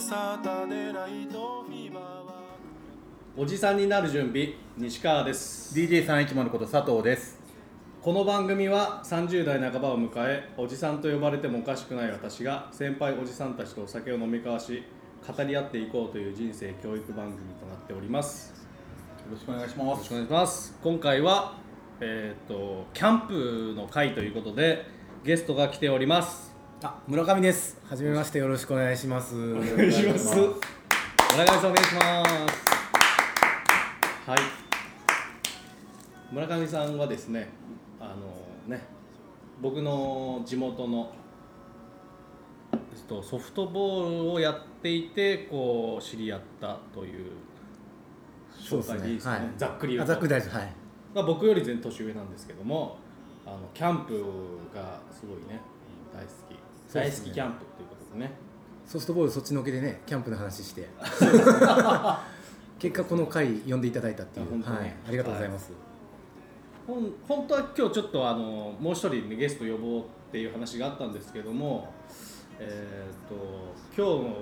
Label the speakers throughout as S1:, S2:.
S1: サタデーナイトフィーバーは
S2: おじさんになる準備西川です
S3: DJ 三一丸こと佐藤です。
S2: この番組は30代半ばを迎えおじさんと呼ばれてもおかしくない私が先輩おじさんたちとお酒を飲み交わし語り合っていこうという人生教育番組となっております
S3: よろしくお願いし
S2: よ
S3: ま
S2: ろしくお願いします今回はえーっ、とキャンプの会ということでゲストが来ております
S4: あ、村上です。はじめまして、よろしくお願いします。お願
S2: お願いします村上さんお願いしますはい村上さんはですねあのね僕の地元のえっとソフトボールをやっていてこう知り合ったという紹介でいいですかねざっくり言うと
S4: ざっくり大丈夫。はい。
S2: まあ、僕より全然年上なんですけどもあのキャンプがすごいね大好き、
S4: そう
S2: 大
S4: で
S2: 好
S4: すね
S2: きキャンプということでね
S4: ソフトボールそっちのけでね、キャンプの話 して。結果この回呼んでいただいたってい
S2: あ本
S4: う。
S2: 当に
S4: はい。ありがとうございます。
S2: ほん本当は今日ちょっとあのもう一人、ね、ゲスト呼ぼうっていう話があったんですけども、えー、と今日の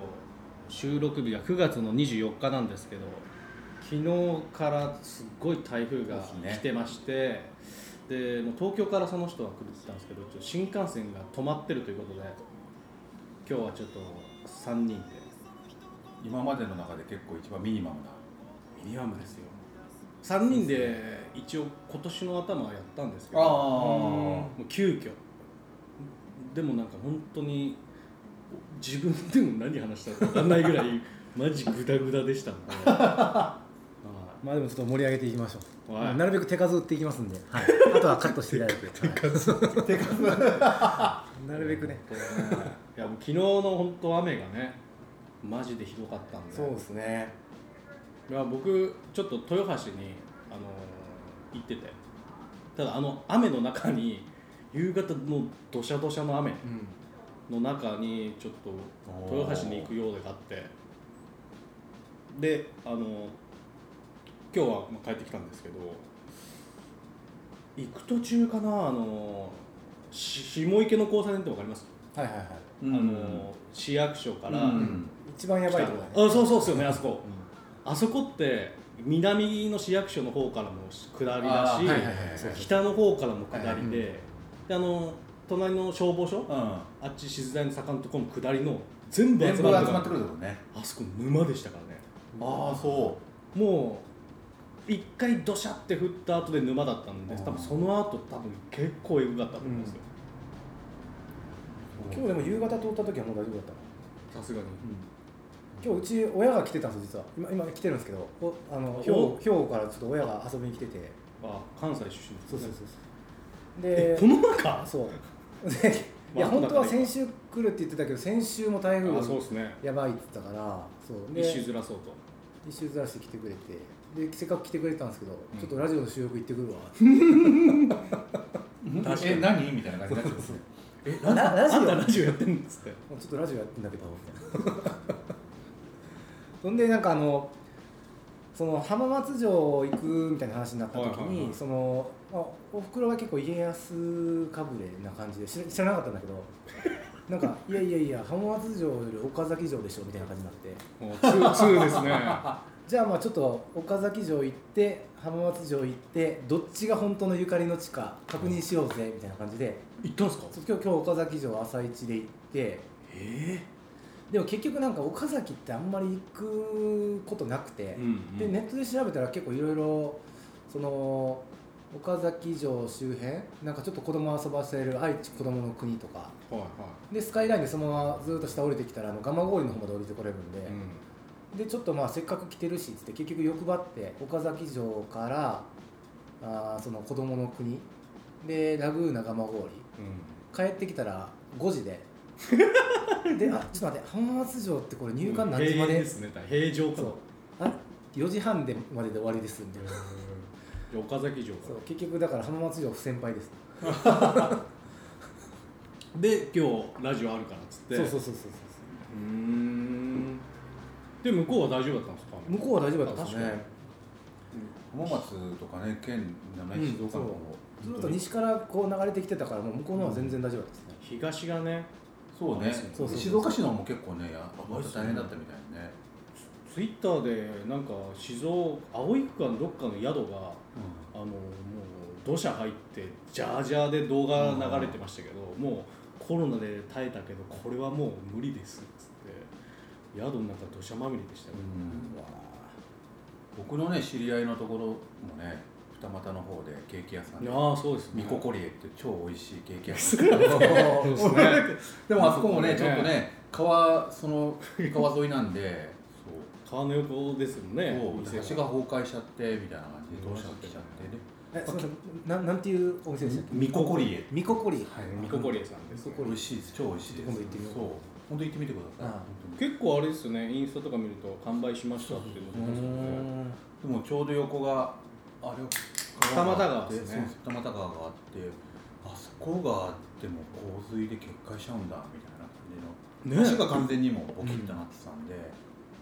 S2: 収録日が9月の24日なんですけど昨日からすっごい台風が
S3: そうですね
S2: 来てましてで、もう東京からその人が来るって言ったんですけどちょっと新幹線が止まってるということで今日はちょっと3人で
S3: 今までの中で結構一番ミニマムな。
S2: ミニマムですよ3人で一応今年の頭はやったんですけど
S3: あー
S2: もう急遽でもなんか本当に自分でも何話したか分かんないぐら いマジグダグダでしたのではい
S4: まあでもちょっと盛り上げていきましょう。
S2: はい
S4: なるべく手数打っていきますんで。はい。あとはカットしていただいて。手数。 なるべくね。
S2: いやもう昨日の本当雨がねマジでひどかったんで
S4: そうですね。
S2: いや僕ちょっと豊橋に、あのー行っててただあの雨の中に夕方のどしゃどしゃの雨の中にちょっと豊橋に行く用でがあってであのー今日はまあ帰ってきたんですけど行く途中かなあのーし下池の交差点ってわかります、
S4: はいはいはい。
S2: あのー市役所から、
S3: うん
S4: 一番やばいとこ
S2: あ
S4: だね。
S2: そうそうっすよねあそこ、あそこって南の市役所の方からも下りだ
S3: あー
S2: し、
S3: はいはい
S4: はいはい
S2: そう北の方からも下りで,、であの隣の消防署、
S3: うん。
S2: あっち静大の坂のところの下りの全部
S3: 全
S2: 集
S3: 部集
S2: まってくる
S3: まってくるだろうね。
S2: あそこ沼でしたからね
S3: ああそ
S2: もう一回ドシャって降った後で沼だったんで多分その後多分結構エグかったと思うんですよ、
S4: 今日でも夕方通った時はもう大丈夫だった。
S2: さすがに、
S4: 今日うち親が来てたんですよ実は今今来てるんですけどおあの
S2: お
S4: 兵庫兵庫からちょっと親が遊びに来てて
S2: あ関西出身ですね
S4: そうそうそうそう
S2: え
S4: で
S2: この中
S4: そうで い
S2: ま
S4: や
S2: あ
S4: 本当は先週来るって言ってたけど先週も台風
S2: あ
S4: が
S2: そうですね
S4: やばいって言ったからそうで
S2: 一周ずらそうと
S4: 一周ずらして来てくれてでせっかく来てくれたんですけど、
S2: ん
S4: ちょっとラジオの収録行ってくるわ
S3: う。え何みたいな感じになっちゃう。
S2: え
S4: ラジラジオ
S2: あんたラジオやってんのっつって
S4: もうちょっとラジオやってんだけど みたいなそんでなんかあのその浜松城行くみたいな話になった時に、
S2: はいはいはい
S4: そのまあおふくろは結構家康かぶれな感じで知ら知らなかったんだけどなんかいやいやいや浜松城より岡崎城でしょみたいな感じになって
S2: もうツーツー ですね
S4: じゃあまあちょっと岡崎城行って浜松城行ってどっちが本当のゆかりの地か確認しようぜみたいな感じで
S2: 行ったんすか
S4: そう今日今日岡崎城朝一で行って
S2: え
S4: でも結局なんか岡崎ってあんまり行くことなくて
S2: え、うん
S4: でネットで調べたら結構いろいろその岡崎城周辺なんかちょっと子供遊ばせる愛知子供の国とか
S2: はいは
S4: でスカイラインでそのままずっと下降りてきたらあの蒲郡の方まで降りてこれるんで
S2: い、、うん
S4: でちょっとまあせっかく来てるしっつって結局欲張って岡崎城からあーその子供の国でラグーナ蒲郡帰ってきたら5時で であちょっと待って浜松城ってこれ入館何時
S2: 平
S4: まで
S2: 園ですね平常か
S4: そうあ4時半でまでで終わりですみたいな
S2: 岡崎城
S4: そ
S2: か
S4: う結局だから浜松城不先輩です
S2: らで今日ラジオあるからっつって
S4: そうそう
S2: う
S4: そうそうそう
S2: ーんで向こうは大丈夫だったんですか
S4: 向こうは大丈夫だったんです
S2: あ
S4: ね
S3: 浜松とかね県名前静岡の方。
S4: ずっと西からこう流れてきてたからもう向こうの方は全然大丈夫だったですね
S2: 東がね
S3: そうね
S4: そうそう
S3: 静岡市の方も結構ねや
S2: ごいっすね
S3: 大変だったみたいね、
S2: ツイッターでなんか静岡葵区かどっかの宿があのもう土砂入ってジャージャーで動画流れてましたけど、もうコロナで耐えたけどこれはもう無理ですっつって宿の中土砂まみれでしたね、
S3: うん
S2: うわ
S3: 僕のね知り合いのところもね二股の方でケーキ屋さんで
S2: ああそうです
S3: ミ
S2: ね
S3: ココリエって超美味しいケーキ屋さん
S2: そう ですね
S3: でもあそこもね
S2: そうで
S3: ち
S2: すね
S3: ょっとね川その川沿いなんでそう
S2: 川の横ですもんね
S3: そう
S2: 店
S3: 橋が崩壊しちゃってみたいな感じでどうしちゃってきちゃってね
S4: えそのなんなんていうお店でしたっけ
S3: ミココリエ
S4: ミココリ
S2: はいミココリエさんです、ね
S4: ミココ
S3: 美味しいです超美味しいです
S4: 今度行ってみよう
S3: そう本当行ってみてくださ
S4: あ
S3: い
S4: あ
S3: 本当に
S2: 結構あれですよねインスタとか見ると完売しましたっていうの
S4: うー
S2: 出てますよね
S4: ん
S3: でもちょうど横があれ
S2: 二俣
S3: があ
S2: 川
S3: って
S2: です
S3: そう
S2: ね
S3: 二俣川があってあそこがでも洪水で決壊しちゃうんだみたいな感じの橋が完全にもうボキッとなってたんで、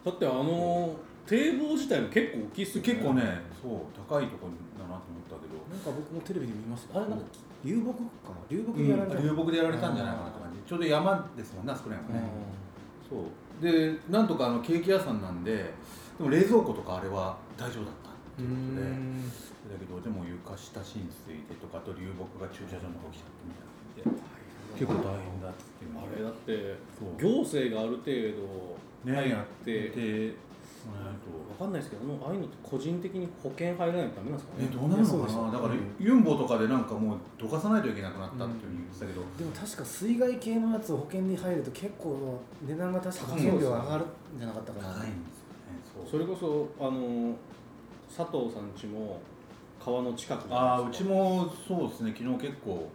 S2: だってあの堤防自体も結構大きいっすよね
S3: 結構ねそう高いところだなと思ったけど
S4: なんか僕もテレビで見ましたあれなんか流木かな流木にやられたの
S3: 流木でやられたんじゃないかなって感じちょうど山ですもんねあそこら辺はね、そうでなんとかあのケーキ屋さんなんででも冷蔵庫とかあれは大丈夫だったっ
S4: う
S3: て
S4: ー
S3: いうことで
S4: ん
S3: だけどでも床下浸水でとかあと流木が駐車場の方来ちゃってみたいな結構大変だっつっていうの
S2: あれだって
S3: そう
S2: 行政がある程度
S3: ね
S2: 入
S3: やっ
S2: って、
S3: ててもら
S2: わ
S3: えな
S2: かんないですけどあのああいうのって個人的に保険入らないとダメなんですかね
S3: いとねどうなる
S4: そう
S3: の
S4: でし
S3: か
S4: ょ
S3: なだから
S4: うん
S3: ユンボとかでなんかもうどかさないといけなくなったっていうふうに言ってたけど、
S4: でも確か水害系のやつを保険に入ると結構値段が確か保険料上がるんじゃなかったかな
S3: 高いんですよね
S2: そ
S3: そう
S2: れこそあの佐藤さん家も川の近くじゃ
S3: ああ
S2: な
S3: う
S2: いです
S3: ち
S2: か
S3: もそうですね昨日結構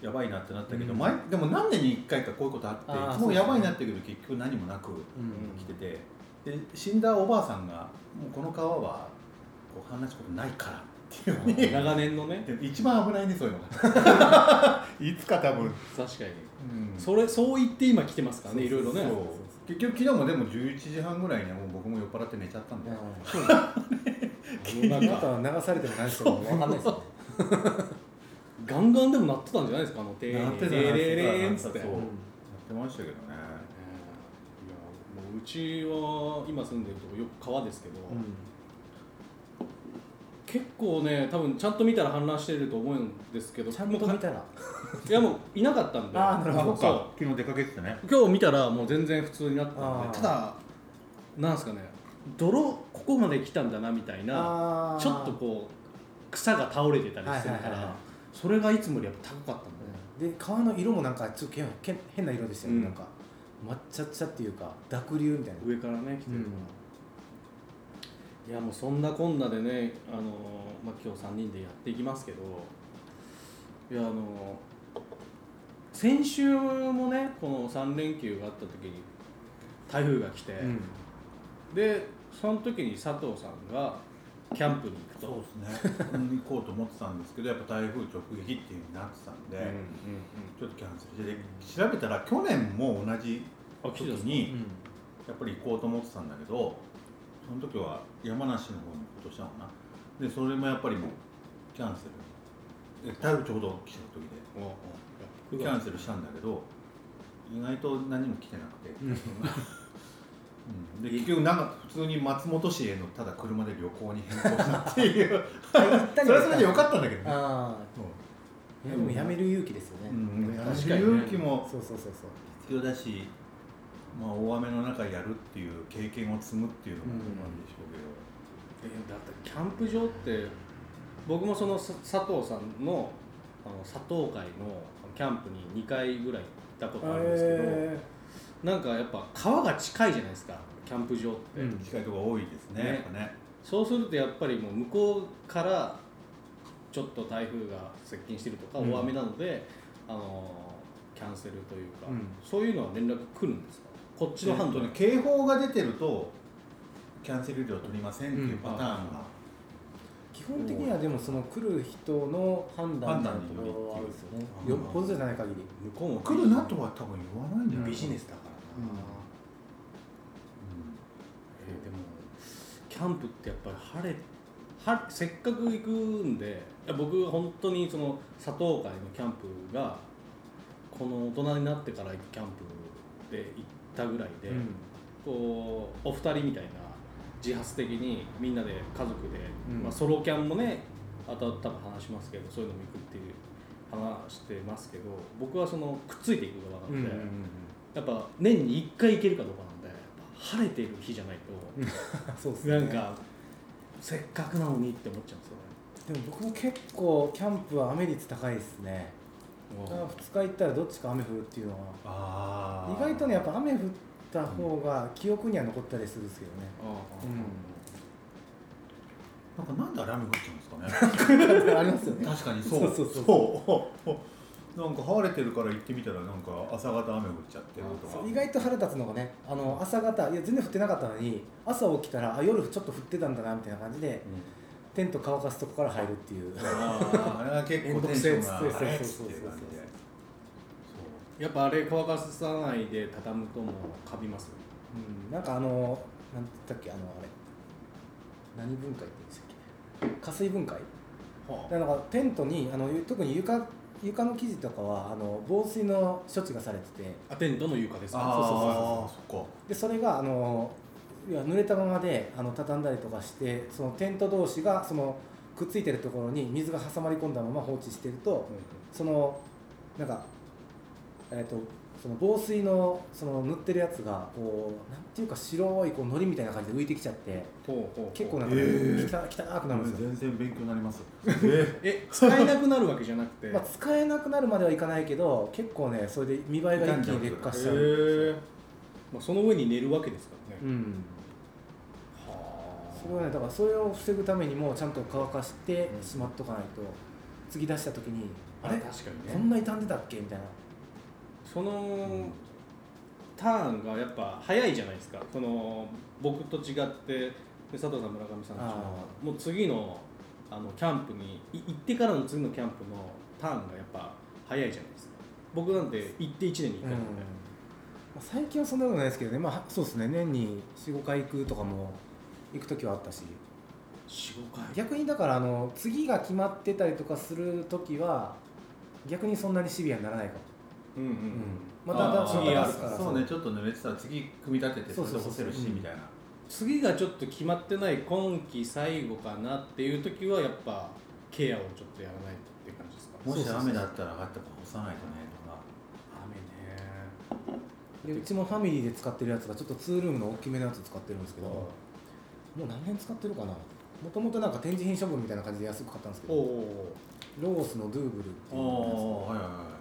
S3: やばいなってなったけど、
S4: うん
S3: 前でも何年に1回かこういうことあって
S4: あー
S3: いつ
S4: そうです
S3: も
S4: ね
S3: やばいなったけど結局何もなく
S4: うん
S3: 来てて、で死んだおばあさんがもうこの川はこう話すことないからっていうふうに
S2: 長年のね
S3: で 一番危ないねそういうのがいつか多分、
S2: 確かに
S3: うん
S2: それそう言って今来てますからねいろいろね
S3: そう結局昨日もでも11時半ぐらいにはもう僕も酔っ払って寝ちゃったんで、
S2: あ
S4: あ
S2: の
S4: な
S2: なん
S4: た
S2: か
S4: は流されても何しても分かんないですね
S2: ガンガンでも鳴ってたんじゃないですかあの手
S3: なってたな
S2: レレレーンっつって
S3: そううん
S2: いやも
S3: やってましたけどね
S2: ううちは今住んでるとこよく川ですけど、結構ね多分ちゃんと見たら氾濫してると思うんですけど
S4: ちゃんと
S2: もう
S4: 見
S2: か
S4: たら
S2: いやもういなかったんで
S4: あーなるほど
S2: そうそう
S3: 昨日出かけてたね
S2: 今日見たらもう全然普通になってたん
S4: あー
S2: でただなんですかね泥ここまで来たんだなみたいな
S4: あー
S2: ちょっとこう草が倒れてたりするか
S4: はいはいはいは
S2: ら
S4: い
S2: それがいつもよりやっぱ高かったんだよね
S4: で川の色もなんかちょっとけんけん変な色でしたよね、
S2: うん
S4: なんか抹茶茶っていうか濁流みたいな
S2: 上からね来てるからいやもうそんなこんなでねあのーまあ今日3人でやっていきますけどいやあのー先週もねこの3連休があった時に台風が来て、
S4: うん
S2: でその時に佐藤さんがキャンプに行くと
S3: そうですねうん行こうと思ってたんですけどやっぱ台風直撃っていう風になってたんで、
S2: うんうん
S3: ちょっとキャンセルしてで調べたら去年も同じ
S2: うん、あ
S3: 時
S2: 来てたんですか
S3: にやっぱり行こうと思ってたんだけどその時は山梨の方に行こうとしたのかなでそれもやっぱりもうキャンセルで台風ちょうど来た時で
S2: おお
S3: キャンセルしたんだけど意外と何も来てなくて、うん、で結局なんか普通に松本市へのただ車で旅行に変更したって いうそれはそれでよかったんだけどね、
S4: ああでもやめる勇気ですよね、
S3: うん、
S2: 確かにね
S3: 勇気も
S4: そうそうそうそう
S3: 必要だし、まあ、大雨の中やるっていう経験を積むっていうのもあるんでしょうけど、
S2: えーだってキャンプ場って僕もそのさ佐藤さんのあの佐藤会のキャンプに2回ぐらい行ったことあるんですけど、
S4: へ
S2: なんかやっぱ川が近いじゃないですかキャンプ場って、
S4: うん
S3: 近いところ多いですね
S2: ね
S3: やっぱね
S2: そうするとやっぱりもう向こうからちょっと台風が接近してるとか
S4: うん
S2: 大雨なので、あのーキャンセルというか、
S4: うん
S2: そういうのは連絡来るんですかこっちの
S3: え
S2: 判
S3: っと
S2: 断
S3: ね警報が出てるとキャンセル料取りませんっていううんパターンが、
S4: 基本的にはでもその来る人の判断みたいなところはあるんですよね
S3: 判断に
S4: よ
S3: より
S4: っぽどじゃない限り
S2: 向こうも
S3: 来るなとは多分言わないんじゃないかな
S2: ビジネスだからな、
S4: うん
S2: えーでもキャンプってやっぱり晴れはせっかく行くんでいや僕本当にその佐藤会のキャンプがこの大人になってからキャンプで行ったぐらいで、
S4: うん
S2: こうお二人みたいな自発的にみんなで家族で、
S4: うん
S2: まあ、ソロキャンもねあとは多分話しますけどそういうのも行くっていう話してますけど僕はそのくっついていく側な
S4: うんん
S2: で、やっぱ年に1回行けるかどうかなんでやっぱ晴れてる日じゃないと
S4: そうですね
S2: なんかせっかくなのにって思っちゃうんですよね。
S4: でも僕も結構キャンプは雨率高いですねだから2日行ったらどっちか雨降るっていうのは
S3: あー
S4: 意外とねやっぱ雨降った方が記憶には残ったりするんですけどね、
S3: なんかなんであれ雨降っちゃうんです かね
S4: ありますよね
S3: 確かにそう
S4: そうそうそう
S3: そうなんか晴れてるから行ってみたらなんか朝方雨降っちゃってると
S4: そ
S3: か
S4: う意外と腹立つのがねあの朝方いや全然降ってなかったのに朝起きたらあ夜ちょっと降ってたんだなみたいな感じでテント乾かすとこから入るっていう
S3: あーあれは結構テンションが
S4: めんどくせ
S3: あ
S4: え
S3: れ
S4: っ
S3: っつ
S4: つ
S3: っ
S4: ってて
S3: いう感じで
S2: やっぱあれ乾かさないで畳むともうカビますよ
S4: うん、なんかあのなんて言ったっけあのあれ何分解って言うんでしたっけ加水分解だからなんかテントにあの特に床床の生地とかはあの防水の処置がされてて
S2: あテントの床です
S3: あ
S2: そうそうそう
S3: あーそっか
S4: でそれがあのいや濡れたままであの畳んだりとかしてそのテント同士がそのくっついてるところに水が挟まり込んだまま放置してるとそのなんかえっ、とその防水のその塗ってるやつがこうなんていうか白いこう糊みたいな感じで浮いてきちゃって
S2: ほうほうほう
S4: 結構なんか、ね
S3: へー
S4: 汚汚くなるんですよ、
S3: 全然勉強になりますえ
S2: え使えなくなるわけじゃなくて
S4: まあ、使えなくなるまではいかないけど結構ねそれで見栄えが一気に劣化しちゃう、
S2: へえまあ、その上に寝るわけですからね、
S4: うん
S2: は
S4: それはねだからそれを防ぐためにもちゃんと乾かしてしまっとかないと、継ぎ出した時にあれ
S2: 確か
S4: こ
S2: にね
S4: んな傷んでたっけみたいな
S2: そのターンがやっぱ早いじゃないですかその僕と違ってで佐藤さん村上さんと違うのは
S4: あ
S2: もう次のあのキャンプにい行ってからの次のキャンプのターンがやっぱ早いじゃないですか僕なんて行って1年に1
S4: うん
S2: 回
S4: ま
S2: なんで、
S4: あ最近はそんなことないですけどね、まあ、そうですね年に45回行くとかも行く時はあったし
S2: 45回
S4: 逆にだからあの次が決まってたりとかする時は逆にそんなにシビアにならないかも
S2: うんうんうん、
S4: また
S3: あー
S2: 次や
S4: るから
S3: そうねちょっと濡れてたら次組み立てて
S4: そう
S3: そ
S4: そう
S3: れ
S4: そう
S3: 干せるし
S4: うん
S3: みたいな
S2: 次がちょっと決まってない今季最後かなっていう時はやっぱケアをちょっとやらないっていう感じですか
S3: もし
S2: そうそうそう
S3: 雨だったらあったか干さないとね
S2: 雨
S3: とか
S2: ね
S4: でうちもファミリーで使ってるやつがちょっとツールームの大きめのやつ使ってるんですけど、もう何年使ってるかなもともとなんか展示品処分みたいな感じで安く買ったんですけ
S2: お
S4: ど
S2: お
S4: ロースのドゥーブルって
S3: あ
S4: い
S3: あ
S4: う
S3: はいはいは
S4: やつ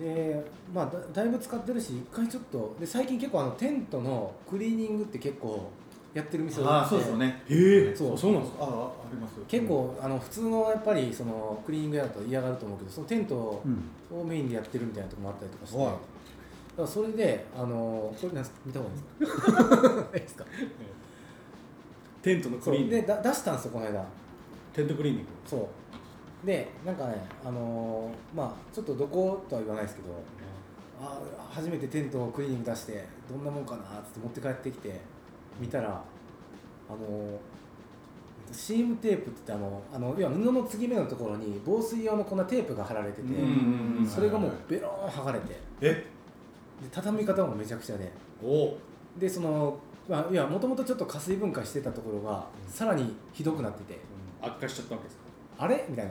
S4: で、まあ、だだいぶ使ってるし一回ちょっとで最近結構あのテントのクリーニングって結構やってる店
S3: い
S4: 多
S3: ああ
S4: くて
S3: そうですよね
S2: え
S3: え
S4: そう
S2: そうなんですか
S3: あああります
S4: 結構あの普通のやっぱりそのクリーニング屋だと嫌がると思うけどそのテントを
S3: うん
S4: メインでやってるみたいなとこもあったりとかして、
S2: はい
S4: だからそれであのこれなんす見た方がいいですかいい ですか
S2: テントのク
S4: そう
S2: リーニン
S4: で
S2: グ
S4: だ出したんですよこの間
S2: テントクリーニング
S4: そうでなんかねあのーまあちょっとどことは言わないですけどあー初めてテントをクリーニング出してどんなもんかなっつって持って帰ってきて見たらあのーシームテープって言ってあのあの要は布の継ぎ目のところに防水用のこんなテープが貼られてて、
S2: うんうんうん
S4: それがもうベローン剥がれてで
S3: え
S4: 畳み方もめちゃくちゃで
S2: おお
S4: でその、まあ、いやもともとちょっと加水分解してたところがさらにひどくなってて、
S2: 悪化しちゃったわけですか
S4: あれみたいな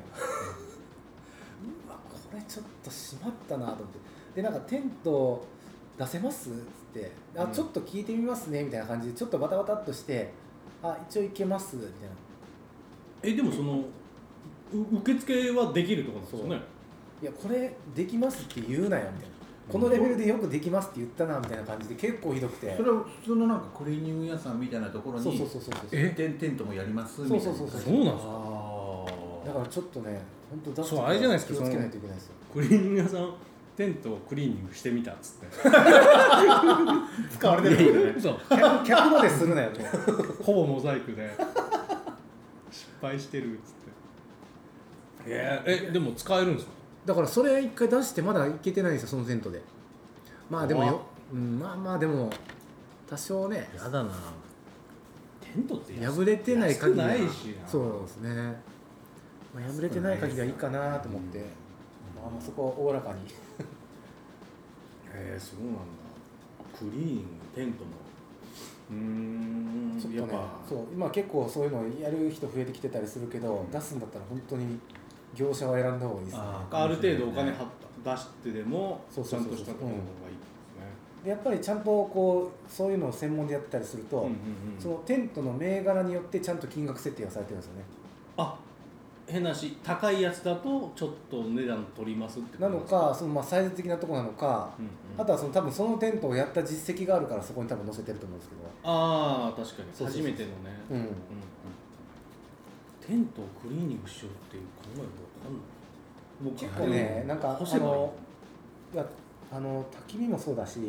S4: うわこれちょっとしまったなと思ってでなんかテント出せますっつってあ、
S2: うん
S4: ちょっと聞いてみますねみたいな感じでちょっとバタバタっとしてあ一応いけますみたいな
S2: えでもそのう受付はできるところなんですよね
S4: いやこれできますって言うなよみたいなこのレベルでよくできますって言ったなみたいな感じで結構ひどくて
S3: それは普通のなんかクリーニング屋さんみたいなところに
S4: そうそうそうそうそう
S2: え
S3: テンテントもやりますみたいな
S4: そうそうそう
S2: そうなんですか
S3: ああ
S4: だからちょっとね本当出す
S2: そうあれじゃないですか
S4: 気をつけないといけないですよ
S2: クリーニング屋さんテントをクリーニングしてみたっ つって
S3: 使われてるよね
S2: そう
S4: 客客までするなよね
S2: ほぼモザイクで失敗してるっつってええでも使えるんですか
S4: だからそれ一回出してまだいけてないんですよそのテントでまあでも
S2: 怖っ
S4: よ、うん、まあまあでも多少ねやだな
S2: テントって
S4: 破れてない限りは
S2: 安くないしな
S4: そうですね、まあ、破れてない限りはいいかなと思って、まあまあそこはおおらかに
S2: えー、そうなんだクリーンテントもうーん
S4: ちょっ
S2: や
S4: と
S2: っ
S4: ね
S2: ぱ
S4: そう今結構そういうのやる人増えてきてたりするけど、
S2: うん
S4: 出すんだったら本当に業者を選んだ方がいいですね
S3: あ
S2: ある程度お金はった出してでも
S4: そう
S2: ち
S4: そ
S2: ゃ
S4: うそ
S2: ん
S4: うそう
S2: としたところがいいですね
S4: でやっぱりちゃんとこうそういうのを専門でやってたりすると、
S2: うんうんうん
S4: そのテントの銘柄によってちゃんと金額設定がされてるんですよね
S2: あ変なし高いやつだとちょっと値段取りますってこと
S4: なのかそのまあサイズ的なところなのか、
S2: うんうん
S4: あとはその多分そのテントをやった実績があるからそこに多分載せてると思うんですけど
S2: ああ確かに
S4: そうそうそう
S2: 初めてのね
S4: うん、
S2: うんうんテントをクリーニングしようっていう考えが分かんない
S4: 結構ねなんか
S2: 干せばいい
S4: あのいやあの焚き火もそうだし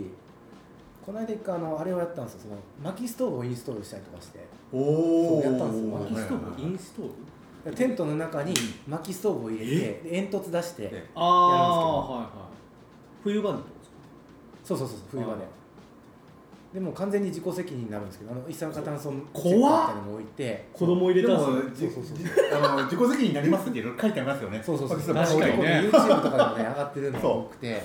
S4: この間一回あのあれをやったんですよその薪ストーブをインストールしたりとかして
S3: お
S4: そうやったんですよ
S2: 薪ストーブイン
S3: ス
S2: ストール
S4: テントの中に薪ストーブを入れてで煙突出して、
S3: で
S2: あ
S4: あ
S2: あはいはい冬場にってことですか
S4: そうそうそうそう冬場で
S2: あ
S4: でもう完全に自己責任になるんですけどあの一酸化炭素の
S2: 怖っ
S4: みたいなのも置いて
S2: 子供入れた
S3: で
S2: ん
S3: も
S2: です
S3: じ
S4: そうそう
S3: じあの自己責任になりますっていろいろ書いてありますよね
S4: そうそうそう
S3: パキスタン
S2: 確かにね
S4: これ YouTube とかでもね上がってるのが多く て
S2: よ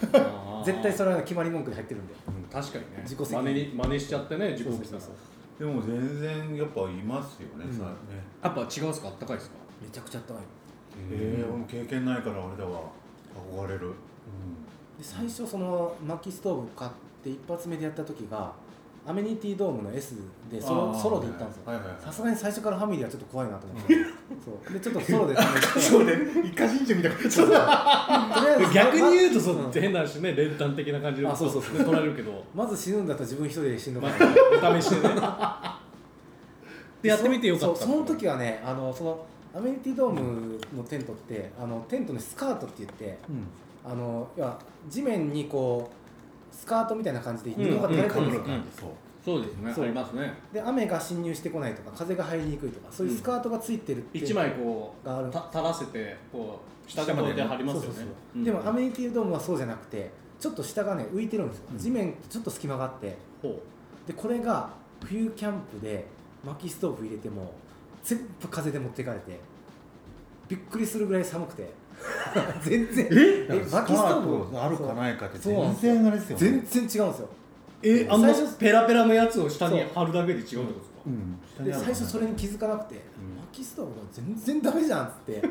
S4: 絶対それは決まり文句で入ってるんで
S2: うん確かにね
S4: 自己責任
S2: 真似に真似しちゃってね自己責任
S4: そうそうそう
S3: でも全然やっぱいますよね、
S4: うん
S3: さね
S2: やっぱ違うんですかあったかいですか
S4: めちゃくちゃあったかい
S3: えー、俺も経験ないからあれだわ憧れる、
S4: で最初その薪ストーブ買って一発目でやった時がアメニティドームの S でソロ
S3: あー
S4: ソロで行ったんですよ
S3: はいはいはい
S4: さすがに最初からファミリーはちょっと怖いなと思 ってそうでちょっとソロで試して
S3: そうね、一家心中みたいな。そうだ。
S2: 逆に言うとそ
S4: の
S2: の変な話ね練炭的な感じで
S4: あそうそう
S2: で取られるけど
S4: まず死ぬんだったら自分一人で死ぬの
S2: ま
S4: か
S2: あ
S4: な
S2: お試しでねで やってみてよかった
S4: そうその時はねあのそのアメニティドームのテントって、あのテントのスカートって言って
S3: うん。
S4: あの要は地面にこうスカートみたいな感じで
S2: うん
S4: 布が垂れてるんですよ、
S2: うんうん
S3: そう。
S2: そうですね
S4: そう
S2: ありますね
S4: で雨が侵入してこないとか風が入りにくいとかそういうスカートがついてるっていう
S2: 一枚こ
S4: がある
S2: うた垂らせてこう下でこうやって貼りますよ
S4: そうそう
S2: ね
S4: そ
S2: う
S4: う
S2: ん
S4: でもアメニティドームはそうじゃなくてちょっと下がね浮いてるんですよ、
S3: うん
S4: 地面ちょっと隙間があって
S2: ほ
S4: でこれが冬キャンプで薪ストーブ入れても全部風で持っていかれてびっくりするぐらい寒くて 全然
S3: え
S4: 薪
S3: 薪
S4: ス
S3: ス
S4: ト
S3: ト
S4: ーブ
S3: ーブあるかないかって
S4: そう
S3: 全然あれですよね。
S4: 全然違うんですよ
S2: うえあ
S4: 最
S2: の
S4: 初
S2: ペラペラのやつを下に貼るだけで違うってことですか
S3: うん。下に
S4: で
S3: あ
S4: 最
S3: るかな
S4: 初それに気づかなくて
S3: ん
S4: 薪ストーブが全然ダメじゃんっつって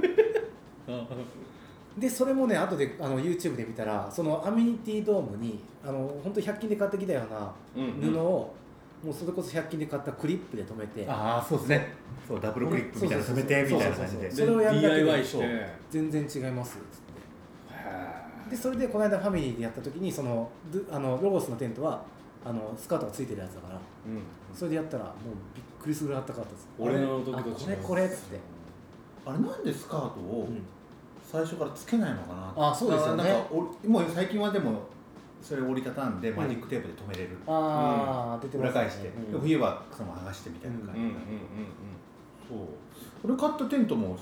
S4: でそれもね後であの YouTube で見たらそのアメニティドームにあの本当100均で買ってきたような
S2: うんうん
S4: 布を、もうそれこそ100均で買ったクリップで留めて
S3: ああ、そうですね。そう、ダブルクリップみたいな、
S4: そうそ
S3: 止
S4: う
S3: め
S4: そう
S3: てみたいな感じ
S4: そう
S3: で
S4: そう。それをやるだけで
S2: DIY して
S4: そう全然違いますっつってでそれでこの間ファミリーでやった時にそのドゥあのロゴスのテントはあのスカートがついてるやつだから
S2: うん
S4: それでやったらもうびっくりするぐらいあったかかったです
S2: 俺の時と違
S4: あ
S2: う
S4: これこれっつって、
S3: あれなんでスカートを
S4: うん
S3: 最初からつけないのかなって。
S4: あそうですよね
S3: なんか、おもう最近はでも、それ折りたたんで、マジックテープで止めれる。
S4: ああ、出てま
S3: 裏
S4: すね
S3: 返して、
S4: うん
S3: で冬はその剥がしてみたいな感
S2: うん
S3: じ
S2: うんう
S3: に
S2: ん
S3: なる、そう俺買ったテントも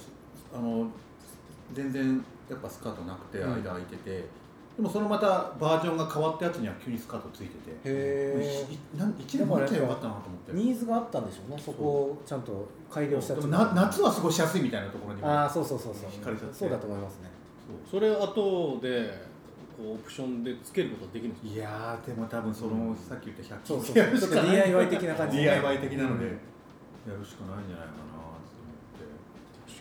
S3: あの全然やっぱスカートなくて
S4: うん
S3: 間空いてて、でもそのまたバージョンが変わったやつには急にスカートついてて
S4: へえ
S3: 1年もあってよかったなと思って
S4: ニーズがあったんでしょうねそこをちゃんと改良した
S3: で
S4: ってい
S3: も
S4: う
S3: な夏は過ごしやすいみたいなところにも
S4: ああそうそうそうそう
S3: 惹かれちゃって
S4: そうだと思いますね
S2: それ後でこうオプションでつけることはできるんですか
S3: いやーでも多分その、
S2: うん
S3: さっき言った100
S4: そ
S3: 均
S4: うそう
S3: でやる
S4: ちょ
S3: し
S4: っ
S3: か
S4: と
S3: ない
S4: DIY 的な感じ
S3: DIY 的なので
S4: うん
S3: やるしかないんじゃないかなと思って
S2: 確か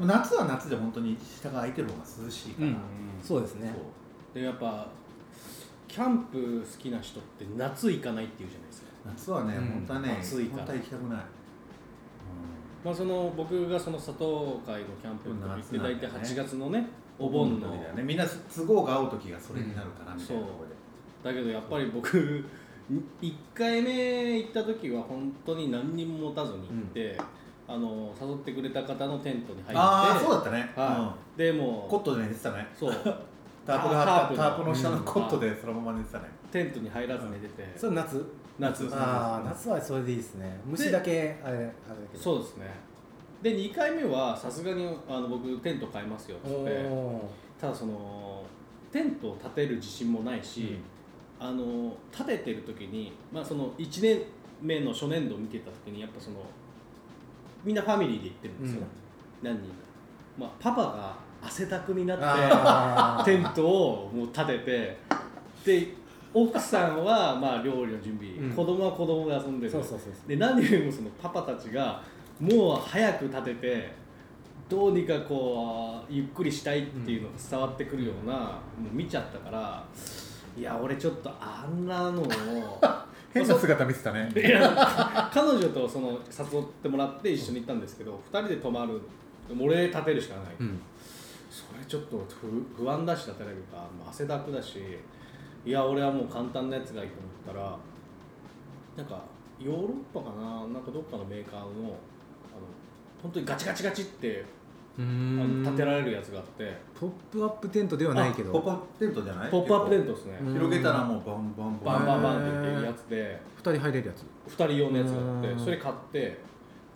S2: に
S3: でも夏は夏で本当に下が空いてる方が涼しいから、
S2: うん
S4: そうですね
S3: そう
S2: でやっぱキャンプ好きな人って夏行かないっていうじゃないですか、
S3: 夏はね、
S4: うん
S3: 本当はね
S2: 暑いから
S3: 本当は行きたくない、
S2: まあ、その僕がその佐藤会のキャンプに行っていただいて
S3: 夏な
S2: 8
S3: んだよね
S2: 月のね
S3: うん、
S2: お盆の
S3: 時だよねみんな都合が合う時がそれになるかなみたいな
S2: うん
S3: ところで、
S2: だけどやっぱり僕1回目行った時は本当に何にも持たずに行って、あの誘ってくれた方のテントに入って
S3: ああそうだったね、
S2: はいで
S3: う
S2: も
S3: ん、
S2: う
S3: コットで寝てたね
S2: そう
S3: タープが張ったタ
S2: タ
S3: ー
S2: ー
S3: プ
S2: プ
S3: の
S2: の
S3: 下の
S4: うん
S3: コットでそのまま寝てたね、
S2: テントに入らず寝てて、
S4: それ夏
S2: 夏
S4: ああ夏はそれでいいですね虫だけあれあれだけど
S2: そうですねで2回目はさすがにあの僕テント買いますよっつっ
S4: お
S2: て
S4: ー
S2: ただそのテントを建てる自信もないし、あの建ててる時に、まあ、その1年目の初年度を見てた時にやっぱそのみんなファミリーで行ってるんですよ、ね何人か、まあ、パパが汗だくになって
S4: あー
S2: テントをもう建ててで奥さんはまあ料理の準備、
S4: うん
S2: 子供は子供で遊んでる
S4: そうそうそうそ
S2: で何よりもそのパパたちがもう早く立ててどうにかこうゆっくりしたいっていうのが伝わってくるような、もう見ちゃったからいや俺ちょっとあんなのを
S3: 変な姿見てたね
S2: いや彼女とその誘ってもらって一緒に行ったんですけど2人で泊まる俺立てるしかない、
S4: うん
S2: それちょっと不不安だし立てられるかもう汗だくだしいや俺はもう簡単なやつがいいと思ったらなんかヨーロッパかななんかどっかのメーカーのあの本当にガチガチガチってあ
S4: う
S2: の
S4: ん
S2: 立てられるやつがあって
S4: ポップアップテントではないけ
S3: あポップ
S4: ど
S3: アップテントじゃない
S2: ポップアップテン
S3: ト
S2: トですね、
S4: うん
S3: 広げたらもうバンバン
S2: バンバンバンって
S4: へ
S2: い
S4: ー
S2: うやつで。
S4: 二人入れるやつ
S2: 2人用のやつがあっ
S4: う
S2: て
S4: ん
S2: それ買って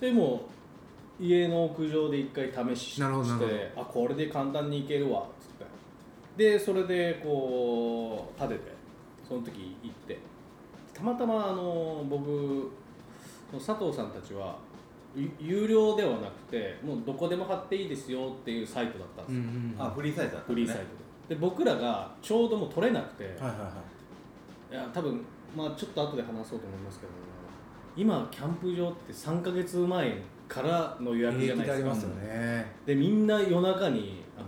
S2: でもう家の屋上で一回試し
S4: なるほど
S2: し
S4: なる
S2: てあこれで簡単にいけるわっつってでそれでこう立ててその時行ってたまたまあの僕その佐藤さんたちはゆ有料ではなくてもうどこでも買っていいですよっていうサイトだったんですよ、
S3: あフリーサイズだった
S2: フリーサイトでで僕らがちょうどもう取れなくて、
S4: はいはいはい
S2: や多分まあちょっと後で話そうと思いますけど今キャンプ場って3ヶ月前からの予約
S4: い
S2: じゃないで
S4: であ
S2: すか
S4: りますよね
S2: でみんな夜中にあの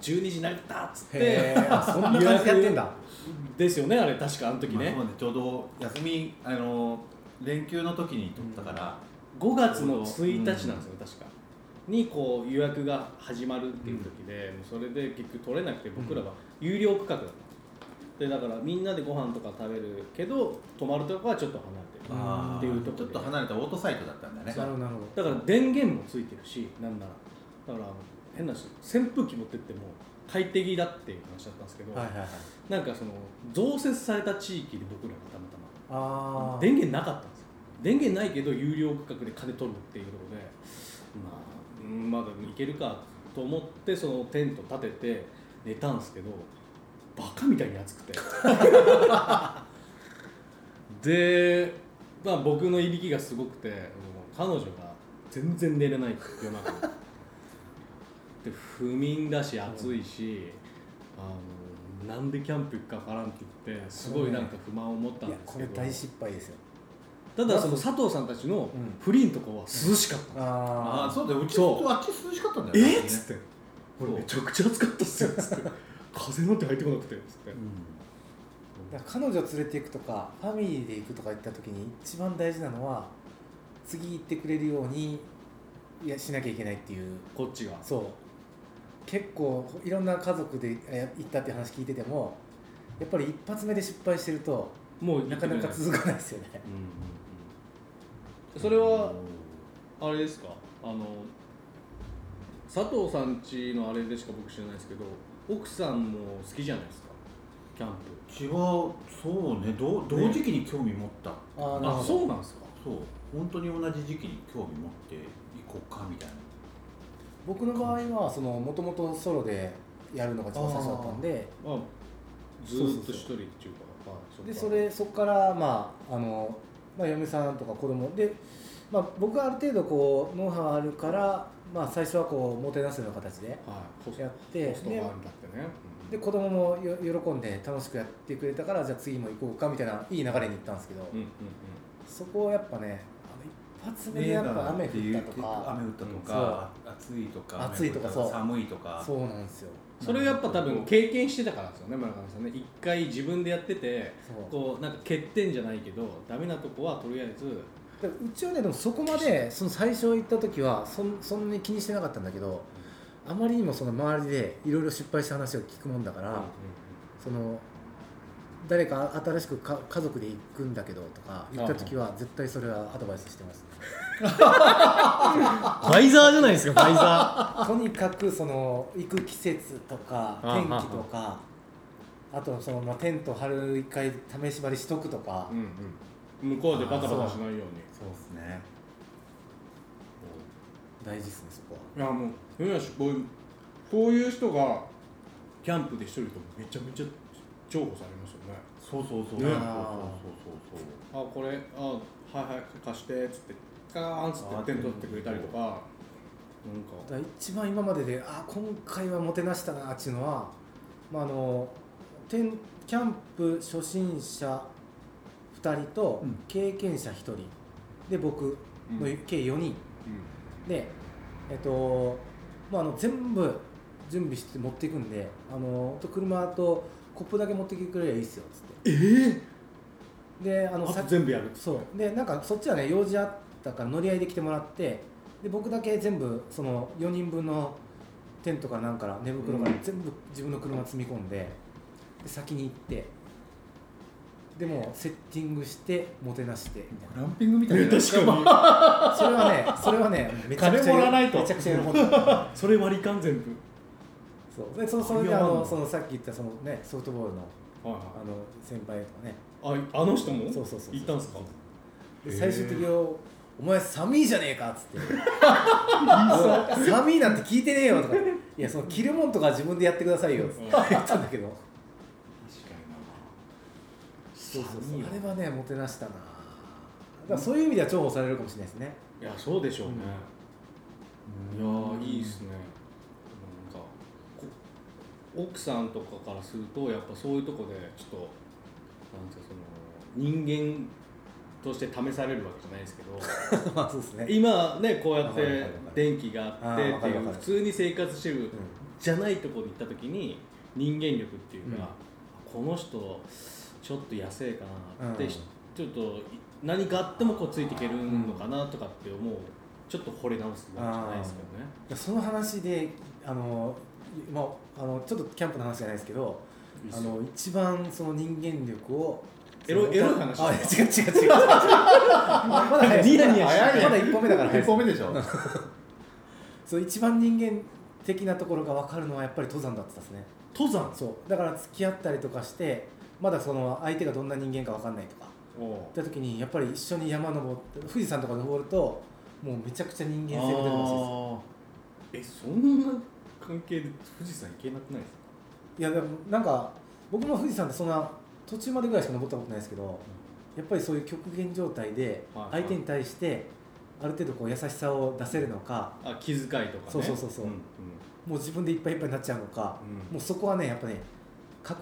S2: 12時になったっつって
S4: へえあそんな感じでやってんだ
S2: ですよねあれ確かあの時
S3: まあ
S2: ね
S3: そうねちょうど休みあの連休の時に撮ったから、
S2: 5月の1日なんですよね確かにこう予約が始まるっていう時で、もうそれで結局取れなくて僕らは有料区画だったでだからみんなでご飯とか食べるけど泊まるとこはちょっと離れてる
S4: うんあー
S2: っていうとこ
S3: ちょ
S2: ろ
S3: っ
S2: で
S3: と離れたオートサイトだったんだね
S4: なるほどなるほど
S2: だから電源もついてるしなんならだから変な話扇風機持ってっても快適だっていう話だったんですけど、
S4: はいはいはい
S2: なんかその増設された地域で僕らがたまたま
S4: ああ
S2: 電源なかったんですよ電源ないけど有料価格で金取るっていうところでまあうんまだいけるかと思ってそのテント立てて寝たんですけどバカみたいに暑くて で、まあ、僕のいびきがすごくてもう彼女が全然寝れない夜中 にで不眠だし暑いし、あのなんでキャンプ行くかわからんって言ってすごいなんか不満を持ったんで
S4: いや
S2: す
S4: こ
S2: け
S4: れ
S2: ど
S4: 大失敗ですよ
S2: ただその佐藤さんたちの
S4: うん
S2: フリーのとこは涼しかった、
S3: あ
S4: あ
S3: あそうだようち
S2: そう
S3: ちょっとあっち涼しかったんだよ
S2: えっ、
S3: ね
S2: つってこれめちゃくちゃ暑かったっすよっつって風なんて入ってこなくてっつって、
S4: だから彼女連れて行くとかファミリーで行くとか行った時に一番大事なのは次行ってくれるようにいやしなきゃいけないっていう
S2: こっちが
S4: そう結構いろんな家族でえ行ったって話聞いててもやっぱり一発目で失敗してると
S2: もう
S4: なかなか続かないですよね
S2: うんうんうんそれはあれですかあの佐藤さんちのあれでしか僕知らないですけど奥さんも好きじゃないですかキャンプ
S3: 違うそうねどう同時期に興味持った、
S4: あーなる
S2: あ
S4: ほど
S2: そうなんですか
S3: そう本当に同じ時期に興味持っていこうかみたいな
S4: 僕の場合はそのもともとソロでやるのが一番最初だったんで
S2: あずーっと一人っていうかはいっか
S4: でそれそこからまああの、まあ、嫁さんとか子供で、まあ、僕はある程度こうノウハウあるから、まあ、最初はこうもてなすような形で
S2: はいホス
S4: や
S2: ホ
S4: って
S2: ストが
S4: で
S2: あるんだってねうん
S4: で子供もよ喜んで楽しくやってくれたからじゃあ次も行こうかみたいないい流れに行ったんですけど、
S2: うんうんうん
S4: そこをやっぱねあの一発目でやっぱ雨降ったとか
S3: 雨降ったとか、暑いとか
S4: 暑いとか
S3: 雨降った
S4: そう
S3: 寒いとか
S4: そうなんですよ
S2: それをやっぱ多分経験してたからですよね村上さんね一回自分でやってて
S4: そう
S2: こうなんか欠点じゃないけどダメなとこはとりあえず
S4: でうちはねでもそこまでその最初行った時はそんそんなに気にしてなかったんだけどあまりにもその周りでいろいろ失敗した話を聞くもんだから、
S2: うんうん
S4: その誰か新しくか家族で行くんだけどとか言った時は絶対それはアドバイスしてます、
S2: ファイザーじゃないですかファイ ザ
S4: とにかくその行く季節とか
S2: あ
S4: 天気とかあとそのまあテント張る一回試し張りしとくとか、
S2: うんうん向こうでバタバタしないように
S4: そう
S3: ですね
S4: 大事ですねそこはい
S2: やもうよしこういうこういう人がキャンプで一人いるとめちゃめちゃ重宝されますよね
S3: そうそうそうそうそうそう
S2: ね
S3: そうそう
S2: あこれあはいはい貸してっつってガーンっつ
S3: あー
S2: って点取ってくれたりとかなんか
S4: だから一番今までであ今回はもてなしたなっていうのは、まあ、あのてんキャンプ初心者2人と
S3: うん
S4: 経験者1人で僕の
S2: うん
S4: 計4人、でえっと、まあ、あの全部準備して持っていくんであのと車とコップだけ持ってきてくれりゃいいっすよっつってええであの
S3: あ
S4: さ
S3: と全部やる
S4: そうでなんかそっちはね用事あったから乗り合いで来てもらってで僕だけ全部その4人分のテントからなんから寝袋から
S2: うん
S4: 全部自分の車積み込んでで先に行ってでもうセッティングしてもてなしてみたい
S3: グランピングみたいな
S2: 確か
S4: なそれはねそれはねめちゃくちゃ
S2: 金もらわないと
S4: めちゃくちゃ喜んだ
S2: にそれ割り勘全部
S4: そうでそそれで
S2: いや
S4: あ
S2: まあ
S4: のそのさっき言ったその、ね、ソフトボールのあ
S2: は
S4: の先輩とかね
S2: いああの人も
S4: そうそうそうそう
S2: 行ったんですか
S4: で
S2: へえ
S4: 最終的に「お前寒いじゃねえか」っつって 「寒いなんて聞いてねえよ」とか「いやその着るもんとか自分でやってくださいよ」っつって言ったんだけどそうそうそうあれはねもてなしたなだからそういう意味では重宝されるかもしれないですね
S2: いやそうでしょうね、
S3: うん
S2: いやーいいですねなんかこ奥さんとかからするとやっぱそういうとこでちょっとなんていうかその人間として試されるわけじゃないですけ ど
S4: まあそうですね
S2: 今ねこうやっ
S4: わかるわ
S2: て
S4: かるわかる
S2: 電気があって
S4: あーわ
S2: って
S4: かる
S2: い
S4: わか
S2: う
S4: る
S2: 普通に生活してる
S4: うん
S2: じゃないとこに行った時に人間力っていうか、この人ちょっと野生かなって、
S4: うん
S2: ちょっと何かあってもこうついていけるのかなとかって思うちょっと惚れ直すわけじゃないですけどね。
S4: いやその話であの、まあ、あのちょっとキャンプの話じゃないですけど
S2: いいっ
S4: あ
S2: すよ
S4: の一番その人間力を
S2: エロ
S4: その
S2: エロい話
S4: あ違う違う違う違うまだ早い
S2: ニヤニヤ
S3: してる
S4: まだ一歩目だから早い
S3: 1本目でしょ
S4: そう一番人間的なところが分かるのはやっぱり登山だって言ったんですね
S2: 登山
S4: そうだから付き合ったりとかしてまだその相手がどんな人間か分かんないとか
S2: お
S4: 行った時にやっぱり一緒に山登って富士山とか登るともうめちゃくちゃ人間性が出てくるらしいです
S2: えそんな関係で富士山行けなくないですか
S4: いやでもなんか僕も富士山ってそんな途中までぐらいしか登ったことないですけど、やっぱりそういう極限状態で
S2: はいはい
S4: 相手に対してある程度こう優しさを出せるのか
S2: あ気遣いとかね
S4: そうそうそうそうん
S2: ん
S4: もう自分でいっぱいいっぱいになっちゃうのか、
S2: うん
S4: もうそこはねやっぱね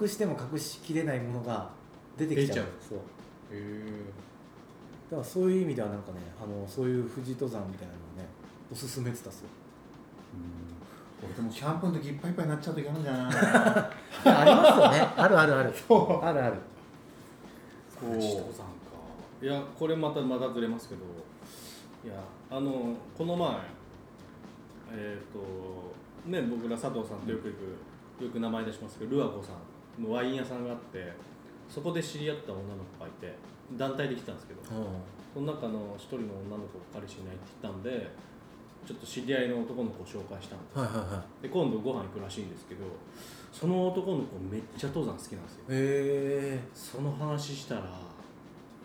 S4: 隠しても隠しきれないものが出てきちゃう
S2: 出ちゃう
S4: そう
S2: へえ
S4: だからそういう意味ではなんかねあのそういう富士登山みたいなのをねおすすめってたそう
S3: 俺でもキャンプの時いっぱいいっぱいになっちゃう時あるんだよな
S4: ありますよねあるあるあるあるある
S2: こう登山かいやこれまたまたずれますけどいやあのこの前えっ、とね僕ら佐藤さんとよく行く、よく名前出しますけどルアコさんのワイン屋さんがあってそこで知り合った女の子がいて団体で来たんですけど、その中の一人の女の子が彼氏いないって言ったんでちょっと知り合いの男の子を紹介したんです
S4: はいはいはい
S2: で今度ご飯行くらしいんですけどその男の子めっちゃ登山好きなんですよ
S4: え
S2: その話したら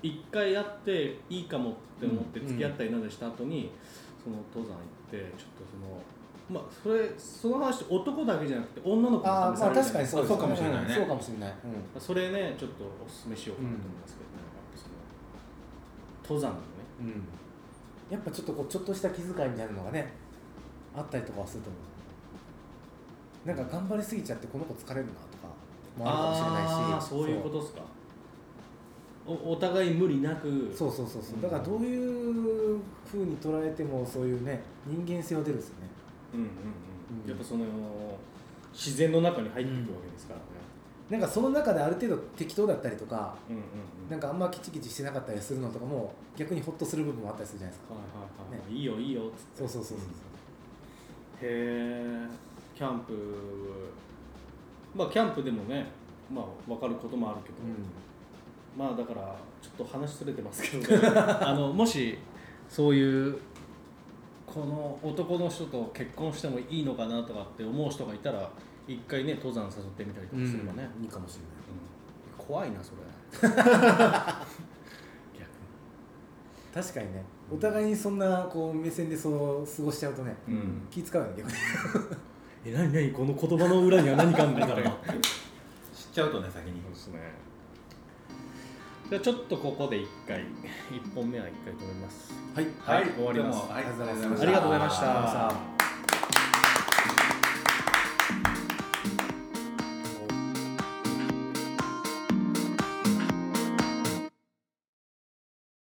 S2: 一回会っていいかもって思って
S4: うん
S2: 付き合ったりなんかした後に、その登山行ってちょっとそのまあそれその話って男だけじゃなくて女の
S4: ー、
S2: 子
S4: ああ
S2: も試さ
S4: まあ
S2: れる
S4: 確かにそうです
S3: そうかもしれないね
S4: うんそうかもしれない、
S2: それねちょっとおすすめしようかなと思いますけどね、その登山のね
S4: うんうん、やっぱちょっとこうちょっとした気遣いみたいなのがねあったりとかはすると思うなんか頑張りすぎちゃってこの子疲れるなとかもあるかもしれな
S2: あー
S4: いし
S2: そういうことですかおお互い無理なく
S4: そうそうそうそう、
S2: うん
S4: だからどういうふうに捉えてもそういうね人間性は出るんですよね
S2: うんうんうん
S4: うん
S2: やっぱその自然の中に入っていくわけですからね、
S4: なんかその中である程度適当だったりとか
S2: うん、うんうん
S4: なんかあんまキチキチしてなかったりするのとかも逆にホッとする部分もあったりするじゃないですか
S2: はいはいはい、いいよいいよっつって
S4: そうそうそうそう、
S2: へえキャンプまあキャンプでもねまあ分かることもあるけど、まあだからちょっと話それてますけど、 あのもしそういうこの男の人と結婚してもいいのかなとかって思う人がいたら一回ね登山誘ってみたりとかすればね、
S4: いいかもしれな
S2: う
S4: い
S2: ん怖いなそれ 逆
S4: 確かにねお互いにそんなこう目線でそう過ごしちゃうとね、
S2: に、うん、
S4: 気使うよね逆に
S2: え何何この言葉の裏には何かあんだから
S3: 知っちゃうとね先に
S2: ですねじゃあちょっとここで1回1本目は1回止めます
S4: はい
S2: はい終わります
S3: どうもはい
S4: ありがとうございました
S2: ありがとうございました